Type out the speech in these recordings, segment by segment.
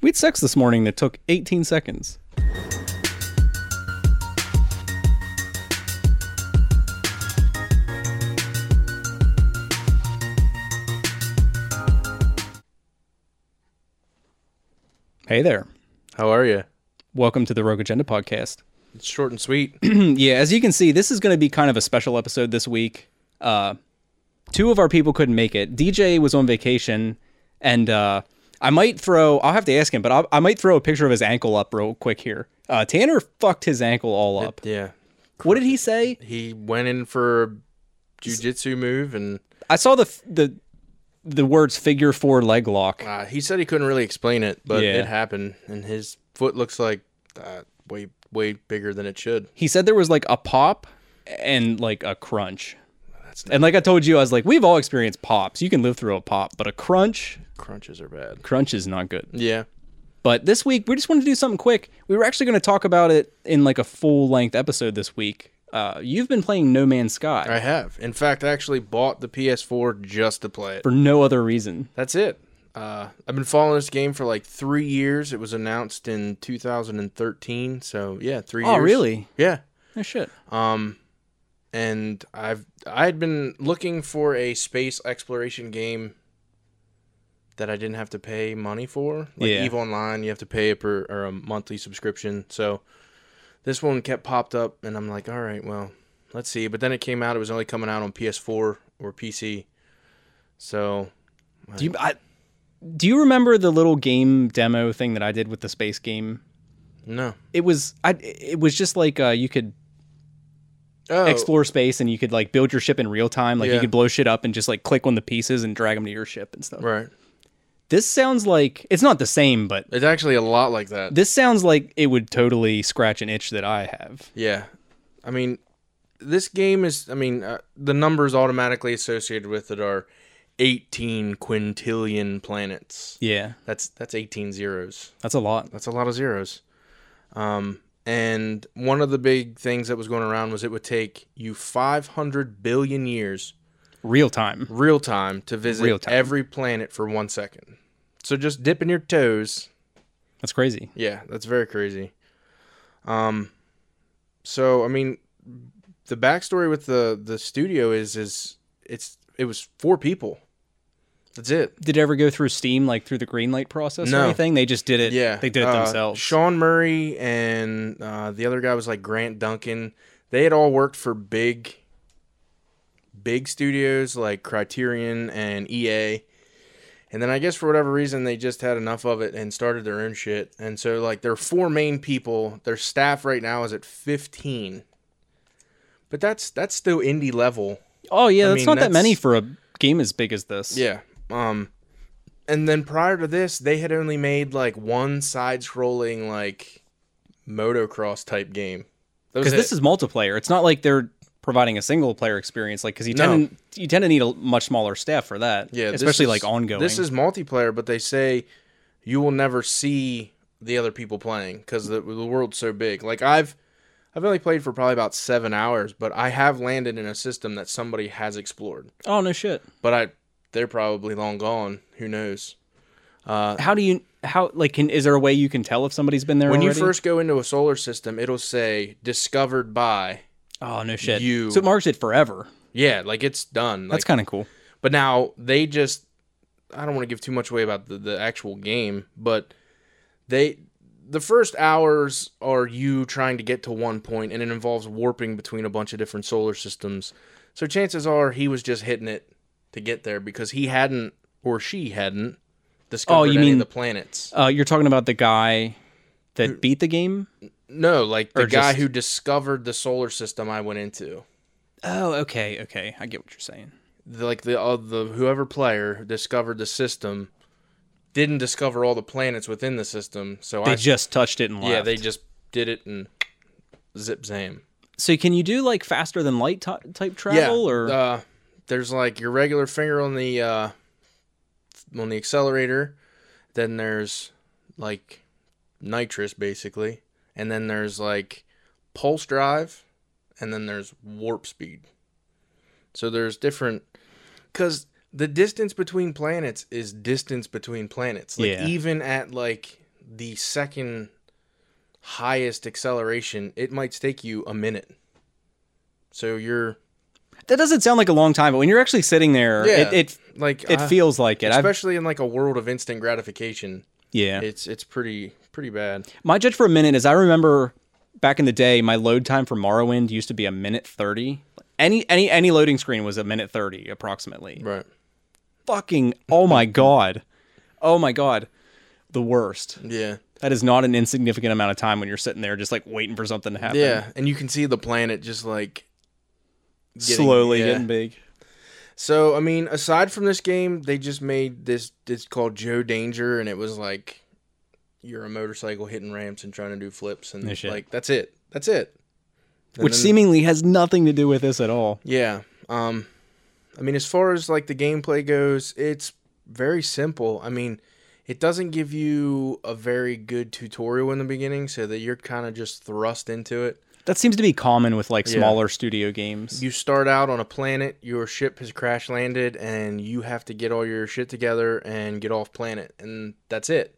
we had sex this morning that took 18 seconds. Hey there. How are you? Welcome to the Rogue Agenda podcast. It's short and sweet. Yeah, as you can see, this is going to be kind of a special episode this week. Uh, two of our people couldn't make it. DJ was on vacation, and uh, I might throw, I'll have to ask him, but I'll, I might throw a picture of his ankle up real quick here. Uh, Tanner fucked his ankle all up. yeah. What did he say? He went in for a jujitsu move and I saw the f- the the words figure four leg lock. uh, he said he couldn't really explain it, but Yeah. it happened. And his foot looks like uh, way, way bigger than it should. He said there was like a pop and like a crunch. That's And like I told you, I was like, we've all experienced pops. You can live through a pop, but a crunch, Crunches are bad. crunch is not good. Yeah. But this week, we just wanted to do something quick. We were actually going to talk about it in like a full length episode this week. Uh, you've been playing No Man's Sky I have. In fact, I actually bought the PS4 just to play it. for no other reason. That's it. Uh, I've been following this game for like three years. It was announced in 2013. So, yeah, three Oh, years. really? Yeah. No shit. Um, and I've I had been looking for a space exploration game that I didn't have to pay money for. Like Yeah. Eve Online, you have to pay a per or a monthly subscription. So this one kept popped up, and I'm like, all right, well, let's see. But then it came out; it was only coming out on PS4 or PC. So Do you I, do you remember the little game demo thing that I did with the space game? no. It was I. It was just like uh, you could Oh, explore space and you could like build your ship in real time. Like you Yeah. could blow shit up and just like click on the pieces and drag them to your ship and stuff. right. This sounds like it's not the same, but It's actually a lot like that. this sounds like it would totally scratch an itch that I have. Yeah. I mean, this game is, I mean, uh, the numbers automatically associated with it are 18 quintillion planets. Yeah, That's that's 18 zeros. that's a lot. That's a lot of zeros. Um and one of the big things that was going around was it would take you 500 billion years real time. real time to visit Real time. every planet for 1 second. So just dipping your toes That's crazy. Yeah, that's very crazy. Um, so I mean, the backstory with the the studio is is it's it was four people. That's it. Did it ever go through Steam, like through the green light process or No. anything? They just did it. Yeah, they did it uh, themselves. Sean Murray and uh, the other guy was like Grant Duncan. They had all worked for big, big studios like Criterion and EA. And then I guess for whatever reason they just had enough of it and started their own shit. And so like their four main people, their staff right now is at fifteen. But that's that's still indie level. oh yeah, that's mean, not that that's- many for a game as big as this. Yeah. Um and then prior to this, they had only made like one side scrolling like motocross type game. That was because this it. is multiplayer. It's not like they're providing a single player experience, like because you No. tend you tend to need a much smaller staff for that. yeah, this especially is- like ongoing. This is multiplayer, but they say you will never see the other people playing cuz the, the world's so big. Like I've I've only played for probably about 7 hours, but I have landed in a system that somebody has explored. oh no shit. But I they're probably long gone, who knows. Uh, How do you how like can is there a way you can tell if somebody's been there When you already? first go into a solar system, it'll say discovered by oh no shit. you- so it marks it forever. Yeah, like it's done. Like, That's kind of cool. but now they just I don't want to give too much away about the, the actual game, but they the first hours are you trying to get to one point and it involves warping between a bunch of different solar systems. So chances are he was just hitting it to get there because he hadn't or she hadn't discovered Oh, you any mean- of the planets. Uh, you're talking about the guy that beat the game. No, like the or guy just- who discovered the solar system I went into. Oh, okay, okay. I get what you're saying. the, like the uh, the whoever player discovered the system didn't discover all the planets within the system. So They I just touched it and left. yeah, they just did it and zip zam. So can you do like faster than light ty type travel yeah, or uh, there's like your regular finger on the uh, on the accelerator. Then there's like nitrous basically, and then there's like pulse drive, and then there's warp speed. So there's different because the distance between planets is distance between planets. Like Yeah. even at like the second highest acceleration, it might take you a minute. So you're That doesn't sound like a long time, but when you're actually sitting there, Yeah. it like it, it uh, feels like it. I've, especially in like a world of instant gratification. yeah. It's it's pretty pretty bad. My judge for a minute is I remember back in the day, my load time for Morrowind used to be a minute thirty. Any any any loading screen was a minute thirty approximately. Right. Fucking oh my god, oh my god, the worst. Yeah. That is not an insignificant amount of time when you're sitting there just like waiting for something to happen. Yeah, and you can see the planet just like getting- slowly yeah. getting big. So I mean, aside from this game, they just made this. It's called Joe Danger, and it was like you're a motorcycle hitting ramps and trying to do flips, and No shit. like that's it. That's it. And Which then- seemingly has nothing to do with this at all. yeah. Um, I mean, as far as like the gameplay goes, it's very simple. I mean, it doesn't give you a very good tutorial in the beginning, so that you're kind of just thrust into it. That seems to be common with like Yeah. smaller studio games. You start out on a planet, your ship has crash landed, and you have to get all your shit together and get off planet, and that's it.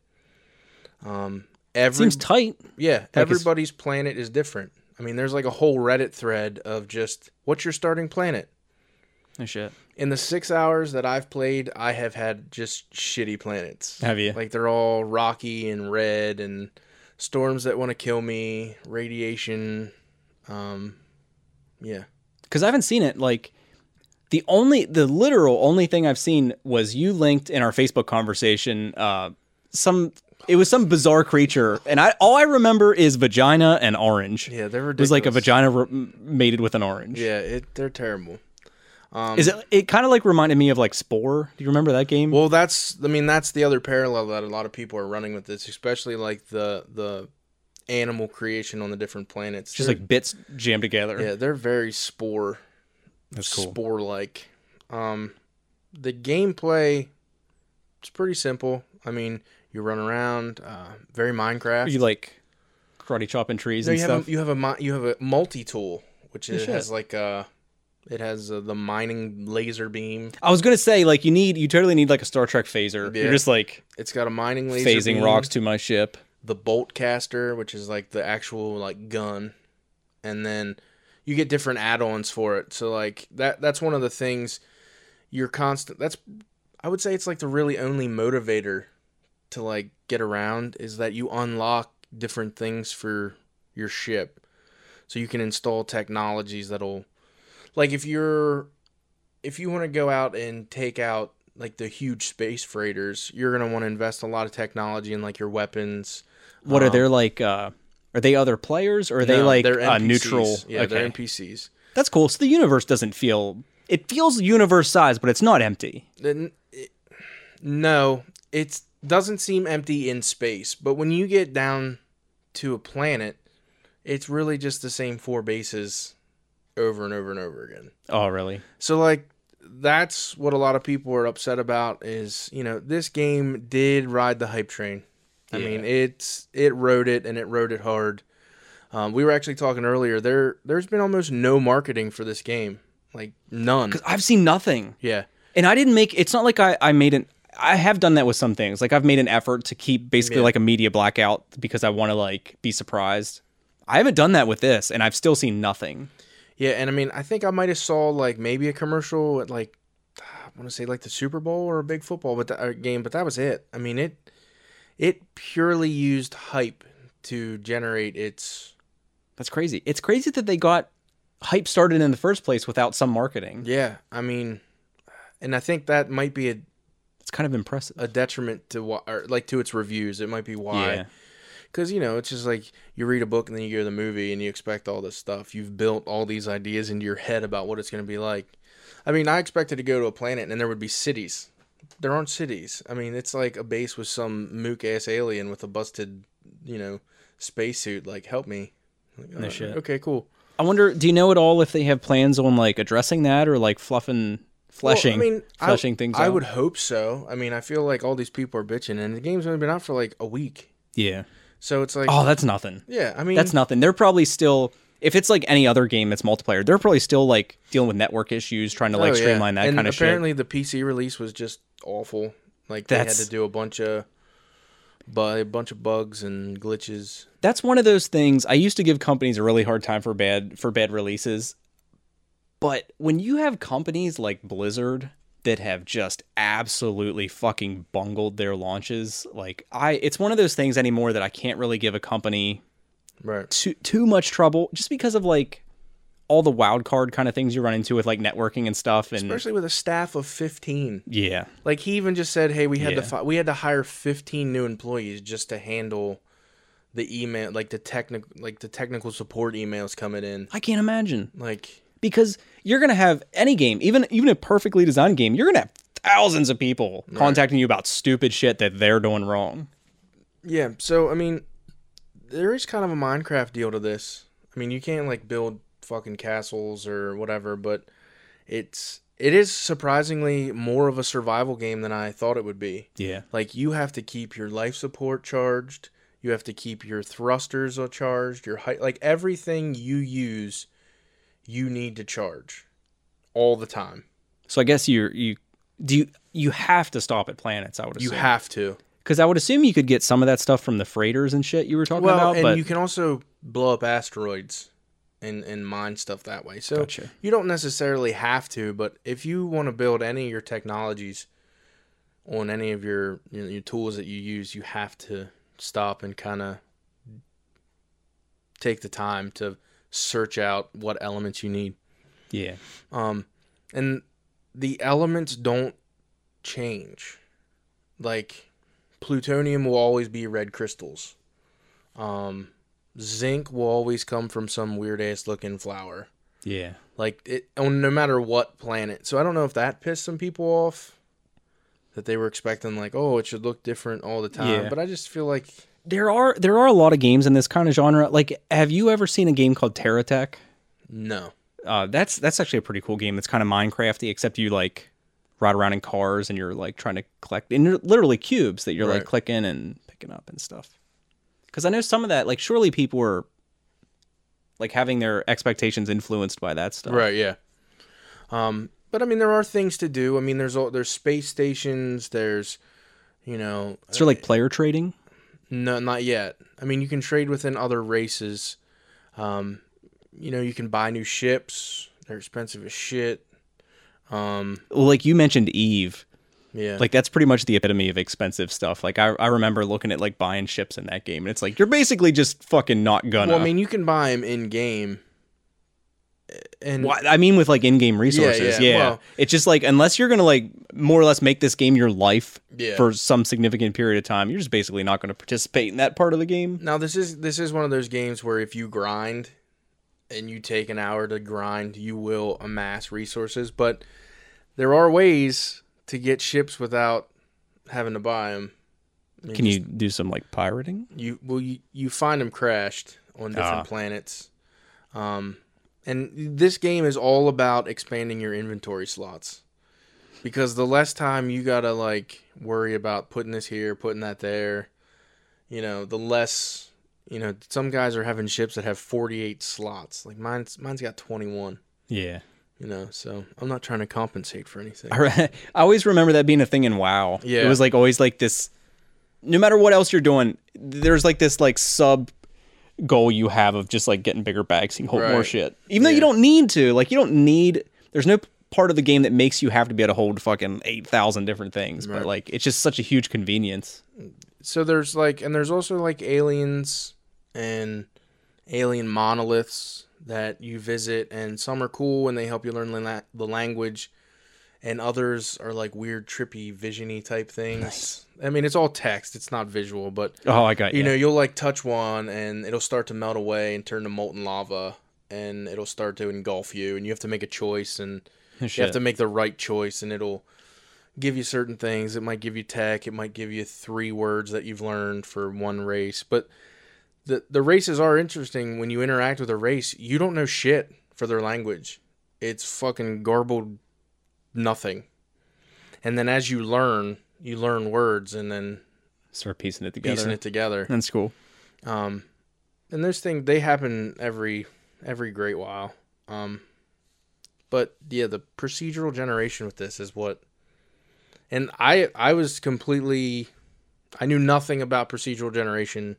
Um, It every seems tight. yeah, it's- everybody's planet is different. I mean, there's like a whole Reddit thread of just what's your starting planet. No Oh, shit. In the six hours that I've played, I have had just shitty planets. Have you? Like they're all rocky and red, and storms that want to kill me, radiation. Um, yeah. because I haven't seen it. Like the only, the literal only thing I've seen was you linked in our Facebook conversation. Uh, some it was some bizarre creature, and I all I remember is vagina and orange. Yeah, they're It was like a vagina ridiculous. re- mated with an orange. Yeah, it, they're terrible. Um, Is it? It kind of like reminded me of like Spore. Do you remember that game? Well, that's I mean that's the other parallel that a lot of people are running with this, especially like the the animal creation on the different planets. Just They're- like bits jammed together. yeah, they're very spore That's cool. spore like. Um, the gameplay it's pretty simple. I mean, you run around, uh, very Minecraft. You like karate chopping trees No, and you stuff. have a, you have a mi- you have a multi tool, which No is, shit. has like uh it has uh, the mining laser beam. I was gonna say like you need you totally need like a Star Trek phaser. Yeah. You're just like It's got a mining laser phasing beam. rocks to my ship. the bolt caster, which is like the actual like gun, and then you get different add-ons for it. So like that that's one of the things you're constant. That's I would say it's like the really only motivator to like get around is that you unlock different things for your ship. So you can install technologies that'll like if you're if you want to go out and take out like the huge space freighters, you're going to want to invest a lot of technology in like your weapons What are Um, their like? uh Are they other players or are they No, like they're uh, NPCs. neutral? Yeah, okay, they're NPCs. that's cool. So the universe doesn't feel. It feels universe size, but it's not empty. Then it- no, it doesn't seem empty in space, but when you get down to a planet, it's really just the same four bases over and over and over again. Oh, really? So like that's what a lot of people are upset about is, you know, this game did ride the hype train. I Yeah. mean, it's it rode it and it rode it hard. Um, we were actually talking earlier. There, there's been almost no marketing for this game, like none. Because I've seen nothing, Yeah, and I didn't make. It's not like I, I made an. I have done that with some things. Like I've made an effort to keep basically Yeah. like a media blackout because I want to like be surprised. I haven't done that with this, and I've still seen nothing. Yeah, and I mean, I think I might have saw like maybe a commercial at like I want to say like the Super Bowl or a big football but uh game, but that was it. I mean, it it purely used hype to generate its That's crazy. It's crazy that they got hype started in the first place without some marketing. yeah. I mean, and I think that might be a, It's kind of impressive. a detriment to why or like to its reviews. It might be why Yeah. because you know it's just like you read a book and then you go to the movie and you expect all this stuff you've built all these ideas into your head about what it's going to be like i mean i expected to go to a planet and there would be cities there aren't cities i mean it's like a base with some mook ass alien with a busted you know spacesuit like help me Like, "All right, shit. okay cool I wonder, do you know at all if they have plans on like addressing that or like fluffing, fleshing, Well, I mean, I- fleshing things I out? would hope so. I mean, I feel like all these people are bitching, and the game's only been out for like a week, yeah. so it's like, Oh, that's nothing. yeah. I mean, That's nothing. They're probably still. if it's like any other game that's multiplayer, they're probably still like dealing with network issues, trying to like Oh, yeah. streamline that And kind of shit. apparently the PC release was just awful. Like they had That's- to do a bunch of but a bunch of bugs and glitches. That's one of those things. I used to give companies a really hard time for bad for bad releases, but when you have companies like Blizzard that have just absolutely fucking bungled their launches, like I, it's one of those things anymore that I can't really give a company Right. too too much trouble just because of like all the wild card kind of things you run into with like networking and stuff and Especially with a staff of 15. yeah Like he even just said, "Hey, we had to Yeah. fi- we had to hire 15 new employees just to handle the email like the technical like the technical support emails coming in." i can't imagine Like because you're gonna have any game even even a perfectly designed game you're gonna have thousands of people contacting you about stupid shit that they're doing wrong yeah, so I mean there is kind of a Minecraft deal to this. I mean, you can't like build fucking castles or whatever, but it's it is surprisingly more of a survival game than I thought it would be. yeah Like you have to keep your life support charged. You have to keep your thrusters uh, charged. Your height, like everything you use, you need to charge all the time. so i guess you you do you, you have to stop at planets i would You assume have to. because i would assume you could get some of that stuff from the freighters and shit you were talking Well, about and but you can also blow up asteroids and and mine stuff that way. So Gotcha. you don't necessarily have to, but if you want to build any of your technologies on any of your your, your tools that you use, you have to stop and kind of take the time to search out what elements you need. yeah Um, and the elements don't change. Like plutonium will always be red crystals. Um, zinc will always come from some weird ass looking flower. yeah Like it on no matter what planet. So I don't know if that pissed some people off that they were expecting like, oh, it should look different all the time. Yeah. But I just feel like there are there are a lot of games in this kind of genre like have you ever seen a game called Terra Tech? no. uh, that's that's actually a pretty cool game. It's kind of Minecrafty, except you like ride around in cars and you're like trying to collect and you're literally cubes that you're like Right. clicking and picking up and stuff. Because I know some of that, like surely people were like having their expectations influenced by that stuff. Right. Yeah. Um, but I mean, there are things to do. I mean, there's all, there's space stations. There's, you know, uh, Is there like player trading? No, not yet. I mean, you can trade within other races. Um, you know, you can buy new ships. They're expensive as shit. Um, Well, like you mentioned Eve. yeah. Like that's pretty much the epitome of expensive stuff. Like I, I remember looking at like buying ships in that game, and it's like you're basically just fucking not gonna. well, I mean, you can buy them in game. And Mm. Why- I mean, with like in-game resources, yeah. yeah, well- it's just like unless you're gonna like more or less make this game your life Yeah. for some significant period of time, you're just basically not gonna participate in that part of the game. now this is this is one of those games where if you grind and you take an hour to grind, you will amass resources, but there are ways to get ships without having to buy them. Can you do some like pirating? You well, you, you find them crashed on different Ah. planets, um, and this game is all about expanding your inventory slots, because the less time you gotta like worry about putting this here, putting that there, you know, the less you know. Some guys are having ships that have forty eight slots. Like mine's mine's got twenty one. Yeah, You know, so I'm not trying to compensate for anything. I, re- I always remember that being a thing in WoW. Yeah. it was like always like this. No matter what else you're doing, there's like this like sub goal you have of just like getting bigger bags and hold more Right. shit, even though you don't need to. Like you don't need. There's no part of the game that makes you have to be able to hold fucking eight thousand different things, but like it's just such a huge convenience. so there's like and there's also like aliens and alien monoliths that you visit and some are cool and they help you learn the la- the language and others are like weird trippy visiony type things i mean it's all text it's not visual but Oh, I got you know you'll like touch one and it'll start to melt away and turn to molten lava and it'll start to engulf you and you have to make a choice and know, you have to make the right choice, and it'll give you certain things. It might give you tech. It might give you three words that you've learned for one race. But the the races are interesting when you interact with a race. You don't know shit for their language. It's fucking garbled nothing. And then as you learn, you learn words and then start piecing it together. piecing it together. That's cool. Um, and those things they happen every every great while. Um, but yeah, the procedural generation with this is what, and I I was completely, I knew nothing about procedural generation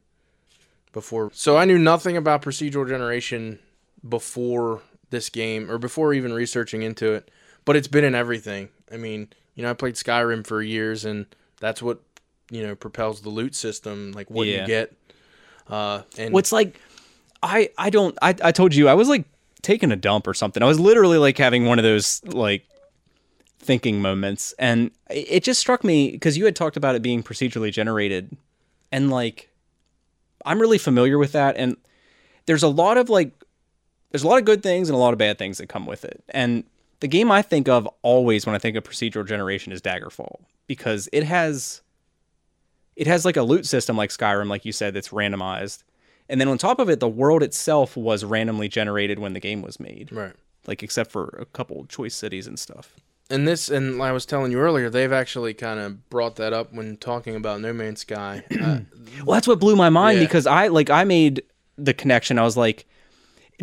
before, so I knew nothing about procedural generation before this game or before even researching into it. But it's been in everything. I mean, you know, I played Skyrim for years, and that's what you know propels the loot system, like what Yeah. you get. Uh, and What's like, I I don't I I told you I was like taking a dump or something. I was literally like having one of those like thinking moments, and it it just struck me because you had talked about it being procedurally generated, and like I'm really familiar with that, and there's a lot of like there's a lot of good things and a lot of bad things that come with it, and the game I think of always when I think of procedural generation is Daggerfall because it has it has like a loot system like Skyrim, like you said, that's randomized. And then on top of it, the world itself was randomly generated when the game was made, right? like except for a couple choice cities and stuff. and this and I was telling you earlier, they've actually kind of brought that up when talking about No Man's Sky. Uh, Well, that's what blew my mind Yeah. because I like I made the connection. I was like,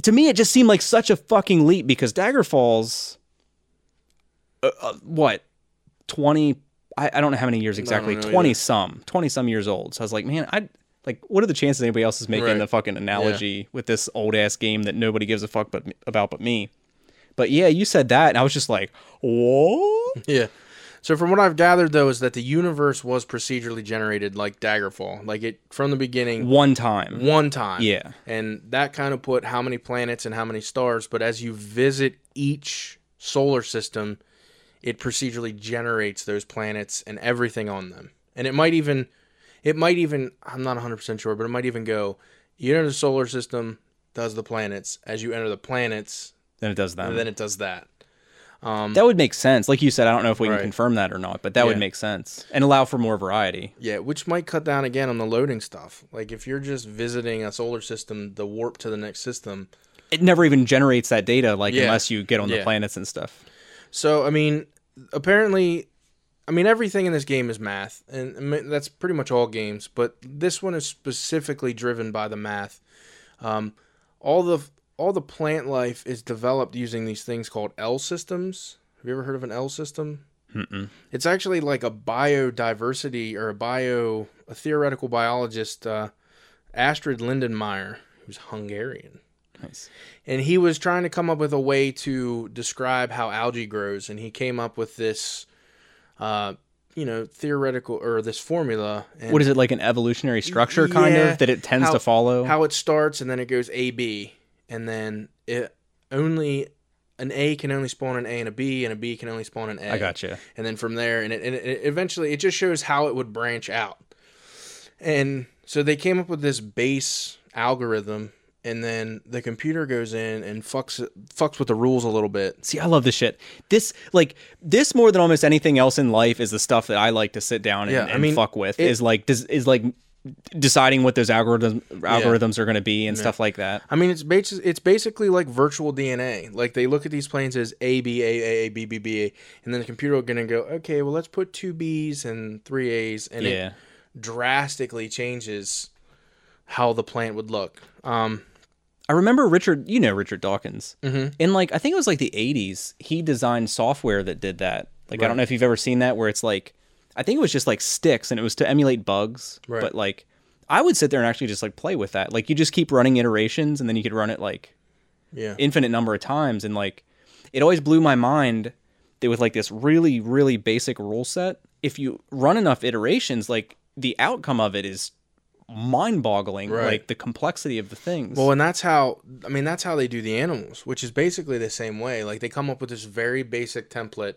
to me, it just seemed like such a fucking leap because Daggerfall's uh, uh, what twenty? I, I don't know how many years exactly. know Twenty either. some, twenty some years old. So I was like, man, I like what are the chances anybody else is making Right. the fucking analogy with this old ass game that nobody gives a fuck but about but me? But yeah, you said that, and I was just like, what? yeah. So from what I've gathered though is that the universe was procedurally generated like Daggerfall, like it from the beginning One time, one time. yeah. And that kind of put how many planets and how many stars, but as you visit each solar system, it procedurally generates those planets and everything on them. And it might even it might even I'm not 100% sure, but it might even go you enter the solar system, does the planets. As you enter the planets, Then it does that. and then it does that. That would make sense. Like you said, I don't know if we Right. can confirm that or not, but that would Yeah. make sense and allow for more variety. Yeah, which might cut down again on the loading stuff. Like if you're just visiting a solar system, the warp to the next system. It never even generates that data, like Yeah. unless you get on Yeah. the planets and stuff. So, I mean, apparently, I mean, everything in this game is math, and I mean, that's pretty much all games, but this one is specifically driven by the math. Um, all the all the plant life is developed using these things called L systems. Have you ever heard of an L system? Mm-mm. It's actually like a biodiversity or a bio, a theoretical biologist, uh, Astrid Lindenmeyer, who's Hungarian Nice. and he was trying to come up with a way to describe how algae grows and he came up with this uh you know theoretical or this formula and What is it like an evolutionary structure kind Yeah. of that it tends How- to follow? how it starts and then it goes a b and then it only an a can only spawn an a and a b and a b can only spawn an A I gotcha. and then from there and it, and it eventually it just shows how it would branch out and so they came up with this base algorithm and then the computer goes in and fucks fucks with the rules a little bit See, I love this shit. This like this more than almost anything else in life is the stuff that I like to sit down and, Yeah, I and mean, fuck with. it- Is like des- is like deciding what those algorithms algorithms are going to be and stuff like that. i mean it's bas- it's basically like virtual dna like they look at these planes as a b a a a b b b a and then the computer will gonna go okay well let's put two b's and three a's and it Yeah. drastically changes how the plant would look um I remember Richard, you know Richard Dawkins. Mhm. In like I think it was like the 80s, he designed software that did that. Like I Right. don't know if you've ever seen that where it's like I think it was just like sticks and it was to emulate bugs, Right. but like I would sit there and actually just like play with that. Like you just keep running iterations and then you could run it like yeah infinite number of times and like it always blew my mind that with like this really really basic rule set if you run enough iterations like the outcome of it is mind-boggling Right. like the complexity of the things Well, and that's how I mean that's how they do the animals, which is basically the same way. Like they come up with this very basic template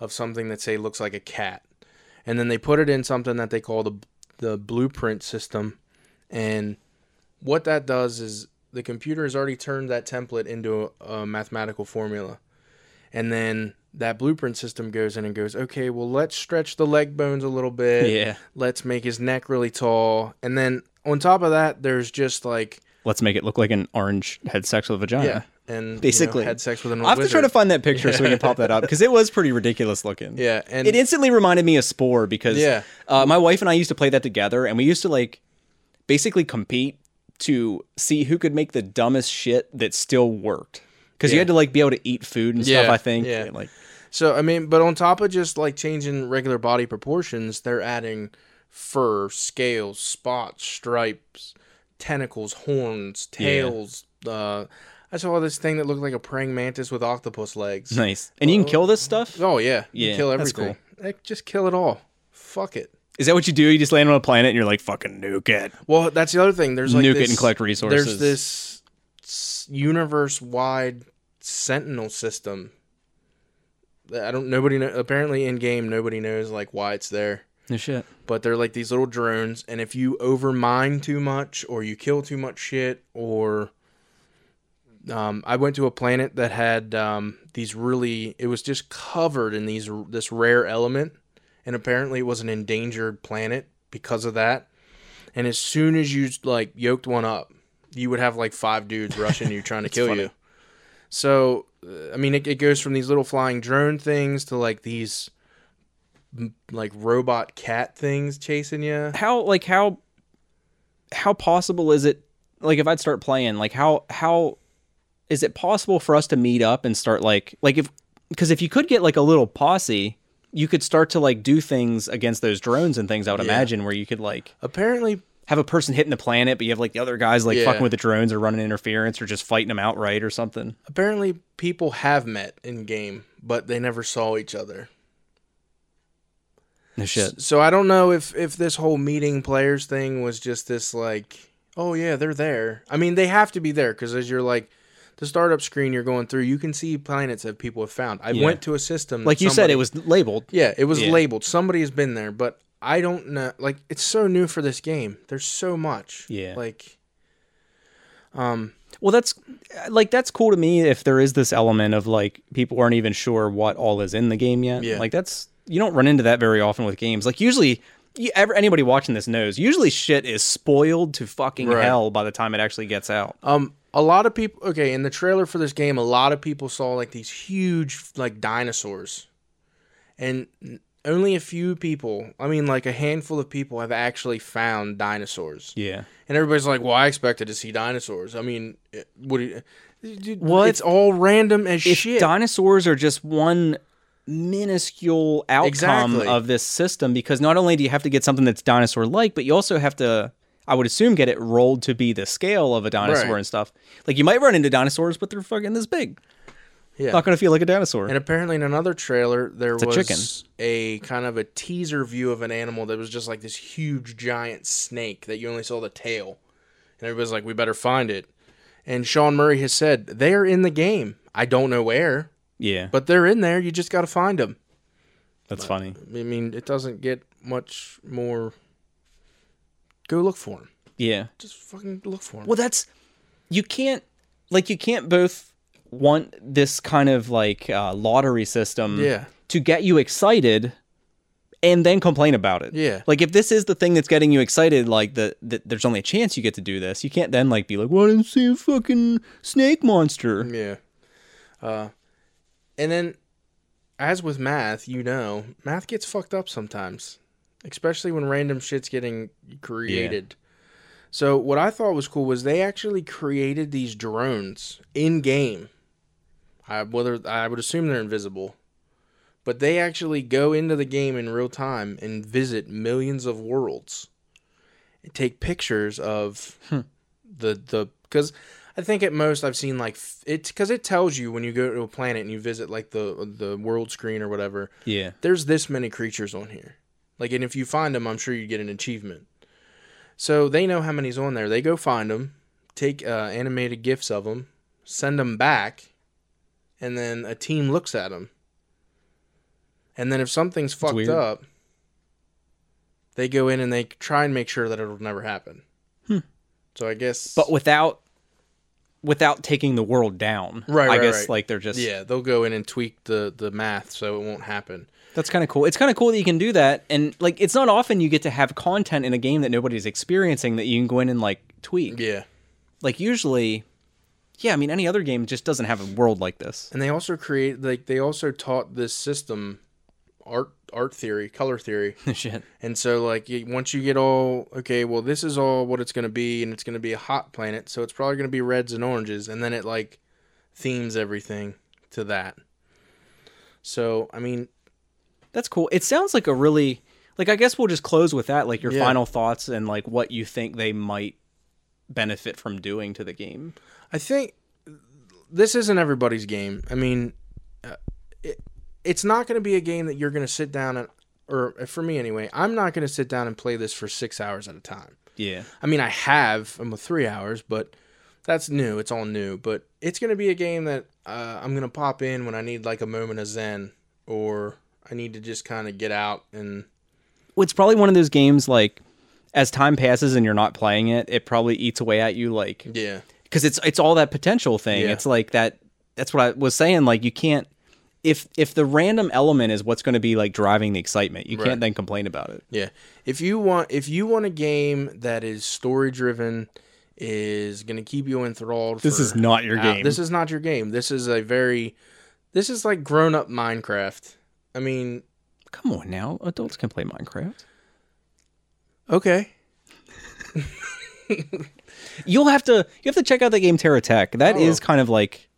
of something that say looks like a cat, and then they put it in something that they call the the blueprint system, and what that does is the computer has already turned that template into a, a mathematical formula, and then that blueprint system goes in and goes, okay, well let's stretch the leg bones a little bit, yeah let's make his neck really tall, and then on top of that, there's just like let's make it look like an orange had sex with a vagina. yeah, and basically Basically. had sex with an old I'll have to try to wizard. find that picture so we can pop that up because it was pretty ridiculous looking. yeah, and It instantly reminded me of Spore because Yeah. uh, my wife and I used to play that together and we used to like basically compete to see who could make the dumbest shit that still worked. Because you had to like be able to eat food and stuff. Yeah, I think. yeah. Like So I mean, but on top of just like changing regular body proportions, they're adding fur, scales, spots, stripes, tentacles, horns, tails. Uh, I saw this thing that looked like a praying mantis with octopus legs. nice. And you can kill this stuff. Oh yeah, you Yeah, kill that's everything. Like, just kill it all. Fuck it. Is that what you do? You just land on a planet and you're like fucking nuke it. Well, that's the other thing. There's like Nuke it this, and collect resources. There's this s- universe-wide sentinel system. that I don't. Nobody know. Apparently, in game, nobody knows like why it's there. No shit. But they're like these little drones, and if you overmine too much, or you kill too much shit, or um, I went to a planet that had um, these really. It was just covered in these r- this rare element, and apparently it was an endangered planet because of that. And as soon as you like yoked one up, you would have like five dudes rushing you trying to kill funny. you. So uh, I mean, it, it goes from these little flying drone things to like these m- like robot cat things chasing you. How like how how possible is it? Like if I'd start playing, like how how is it possible for us to meet up and start like like if because if you could get like a little posse, you could start to like do things against those drones and things. I would imagine where you could like Apparently, have a person hitting the planet, but you have like the other guys like Yeah. fucking with the drones or running interference or just fighting them outright or something. apparently people have met in game, but they never saw each other. No shit. So I don't know if if this whole meeting players thing was just this like, oh yeah, they're there. I mean, they have to be there because as you're like the startup screen you're going through, you can see planets that people have found. I Yeah. went to a system that Like you said, somebody- it was labeled. yeah, it was Yeah. labeled. Somebody has been there, but I don't know. Like it's so new for this game. There's so much. Yeah. Like, um, Well, that's like that's cool to me if there is this element of like people aren't even sure what all is in the game yet. Yeah. Like that's you don't run into that very often with games. Like usually you, ever, anybody watching this knows usually shit is spoiled to fucking Right. hell by the time it actually gets out. Um, a lot of people. Okay, in the trailer for this game, a lot of people saw like these huge like dinosaurs, and n- only a few people. I mean, like a handful of people have actually found dinosaurs, Yeah. and everybody's like, "Well, I expected to see dinosaurs." I mean, it- what? do you- dude, Well, It's all random as If shit. dinosaurs are just one minuscule outcome Exactly. of this system because not only do you have to get something that's dinosaur like, but you also have to I would assume get it rolled to be the scale of a dinosaur Right. and stuff. Like you might run into dinosaurs, but they're fucking this big. Yeah. Not gonna feel like a dinosaur. And apparently, in another trailer, there a was chicken. a kind of a teaser view of an animal that was just like this huge giant snake that you only saw the tail. And everybody's like, we better find it. And Sean Murray has said, they are in the game. I don't know where, yeah. but they're in there. You just got to find them. That's funny. I mean, it doesn't get much more. Go look for them. Yeah. Just fucking look for them. Well, that's you can't like you can't both want this kind of like uh, lottery system Yeah. to get you excited and then complain about it. Yeah. Like if this is the thing that's getting you excited, like the, the there's only a chance you get to do this. You can't then like be like, "Well, I didn't see a fucking snake monster." Yeah. Uh, and then, as with math, you know, math gets fucked up sometimes, especially when random shit's getting created. So what I thought was cool was they actually created these drones in game. I whether I would assume they're invisible, but they actually go into the game in real time and visit millions of worlds, and take pictures of the the because I think at most I've seen like f- it's because it tells you when you go to a planet and you visit like the the world screen or whatever. Yeah. There's this many creatures on here, like and if you find them, I'm sure you get an achievement. So they know how many's on there. They go find them, take uh, animated gifs of them, send them back, and then a team looks at them. And then if something's fucked weird. up, they go in and they try and make sure that it'll never happen. So I guess, Hmm. But without without taking the world down. Right, I right, guess right. like they're just Yeah, they'll go in and tweak the the math so it won't happen. That's kind of cool. It's kind of cool that you can do that, and like, it's not often you get to have content in a game that nobody's experiencing that you can go in and like tweak. Yeah. Like usually, yeah. I mean, any other game just doesn't have a world like this. And they also create like they also taught this system art art theory, color theory. Shit. And so, like, you, once you get all, okay, well, this is all what it's going to be, and it's going to be a hot planet, so it's probably going to be reds and oranges, and then it, like, themes everything to that. So, I mean, That's cool. It sounds like a really like I guess we'll just close with that, like your Yeah. final thoughts and like what you think they might benefit from doing to the game. I think this isn't everybody's game. I mean, uh, it, it's not going to be a game that you're going to sit down and, or uh, for me anyway, I'm not going to sit down and play this for six hours at a time. Yeah. I mean, I have. I'm a three hours, but that's new. It's all new. But it's going to be a game that uh, I'm going to pop in when I need like a moment of zen or I need to just kind of get out and Well, it's probably one of those games like as time passes and you're not playing it, it probably eats away at you like yeah. because it's it's all that potential thing. Yeah. It's like that. That's what I was saying. Like you can't if if the random element is what's going to be like driving the excitement, you Right. can't then complain about it. Yeah. If you want if you want a game that is story driven is going to keep you enthralled This for is not your hou- game. This is not your game. This is a very this is like grown up Minecraft. I mean, Come on now, adults can play Minecraft. okay. You'll have to you have to check out the game Terra Tech. That is kind of like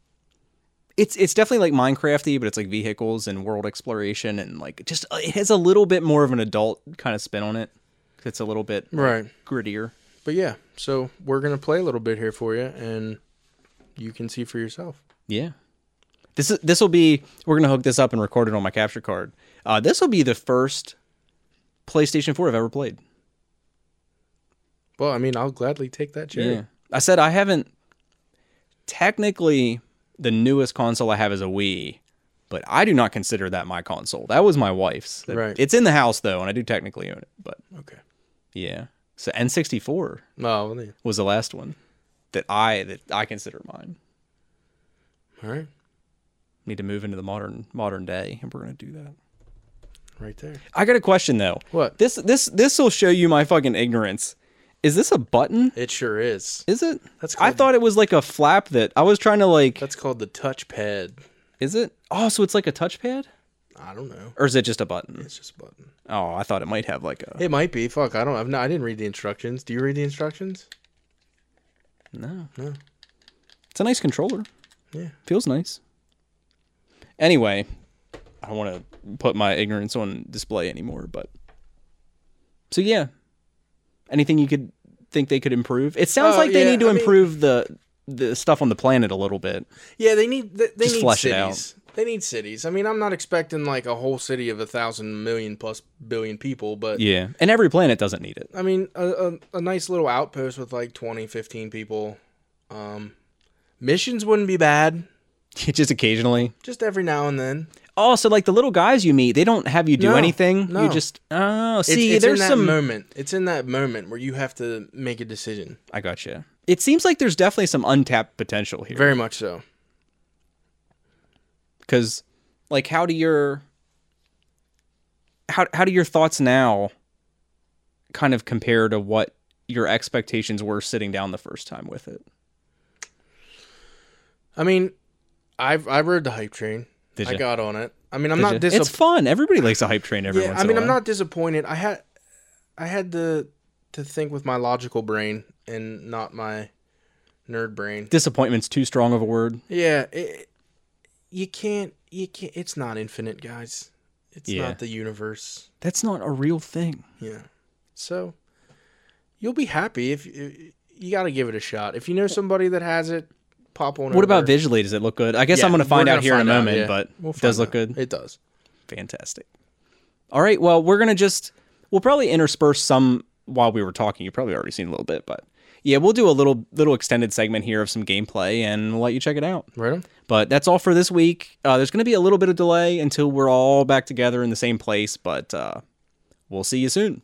it's it's definitely like Minecrafty, but it's like vehicles and world exploration and like just uh, it has a little bit more of an adult kind of spin on it. It's a little bit Right. grittier. But yeah, so we're gonna play a little bit here for you, and you can see for yourself. Yeah. This is this will be we're gonna hook this up and record it on my capture card. Uh, this will be the first PlayStation 4 I've ever played. Well, I mean, I'll gladly take that chair. I said I haven't technically the newest console I have is a Wii, but I do not consider that my console. That was my wife's. That- Right. It's in the house though, and I do technically own it. But Okay. yeah. So N64 No. Well, yeah. was the last one that I that I consider mine. All right. Need to move into the modern modern day, and we're gonna do that. Right there. I got a question though. What? This this this will show you my fucking ignorance. Is this a button? It sure is. Is it? That's I called- thought it was like a flap that I was trying to like. That's called the touchpad. Is it? Oh, so it's like a touchpad, I don't know. or is it just a button? It's just a button. Oh, I thought it might have like a. It might be. Fuck. I don't. I've not, I didn't read the instructions. Do you read the instructions? No, No. it's a nice controller. Yeah. Feels nice. Anyway, I don't want to put my ignorance on display anymore, but. So yeah, anything you could think they could improve? It sounds Oh, like they yeah, need to I mean- improve the the stuff on the planet a little bit. Yeah. They need. They, they Just need flesh it cities. out. They need cities. I mean, I'm not expecting like a whole city of a thousand million plus billion people, but Yeah, and every planet doesn't need it. I mean, a, a, a nice little outpost with like 20, 15 people. Um, missions wouldn't be bad, Just occasionally. just every now and then. Oh, so like the little guys you meet, they don't have you do No, anything. no. You just oh, It's, see, it's there's in that some. moment. It's in that moment where you have to make a decision. I gotcha. It seems like there's definitely some untapped potential here. Very much so. because like how do your how how do your thoughts now kind of compare to what your expectations were sitting down the first time with it I mean, I've I rode the hype train. Did I ya? got on it. I mean, I'm Did not ya- it's disappointed. fun everybody likes a hype train every Yeah, once I in mean, a I'm while. not disappointed. I had I had to to think with my logical brain and not my nerd brain. disappointment's too strong of a word Yeah, it, you can't. You can't. It's not infinite, guys. It's Yeah. not the universe. that's not a real thing Yeah. So you'll be happy if you, you got to give it a shot. If you know somebody that has it, pop on. what about over. visually does it look good i guess Yeah, i'm going to we're find out gonna here in find a out, moment yeah. but We'll it does find look out. good It does. fantastic all right well we're going to just we'll probably intersperse some while we were talking you probably already seen a little bit but yeah we'll do a little little extended segment here of some gameplay and we'll let you check it out Right. on? but that's all for this week uh, there's going to be a little bit of delay until we're all back together in the same place but uh, we'll see you soon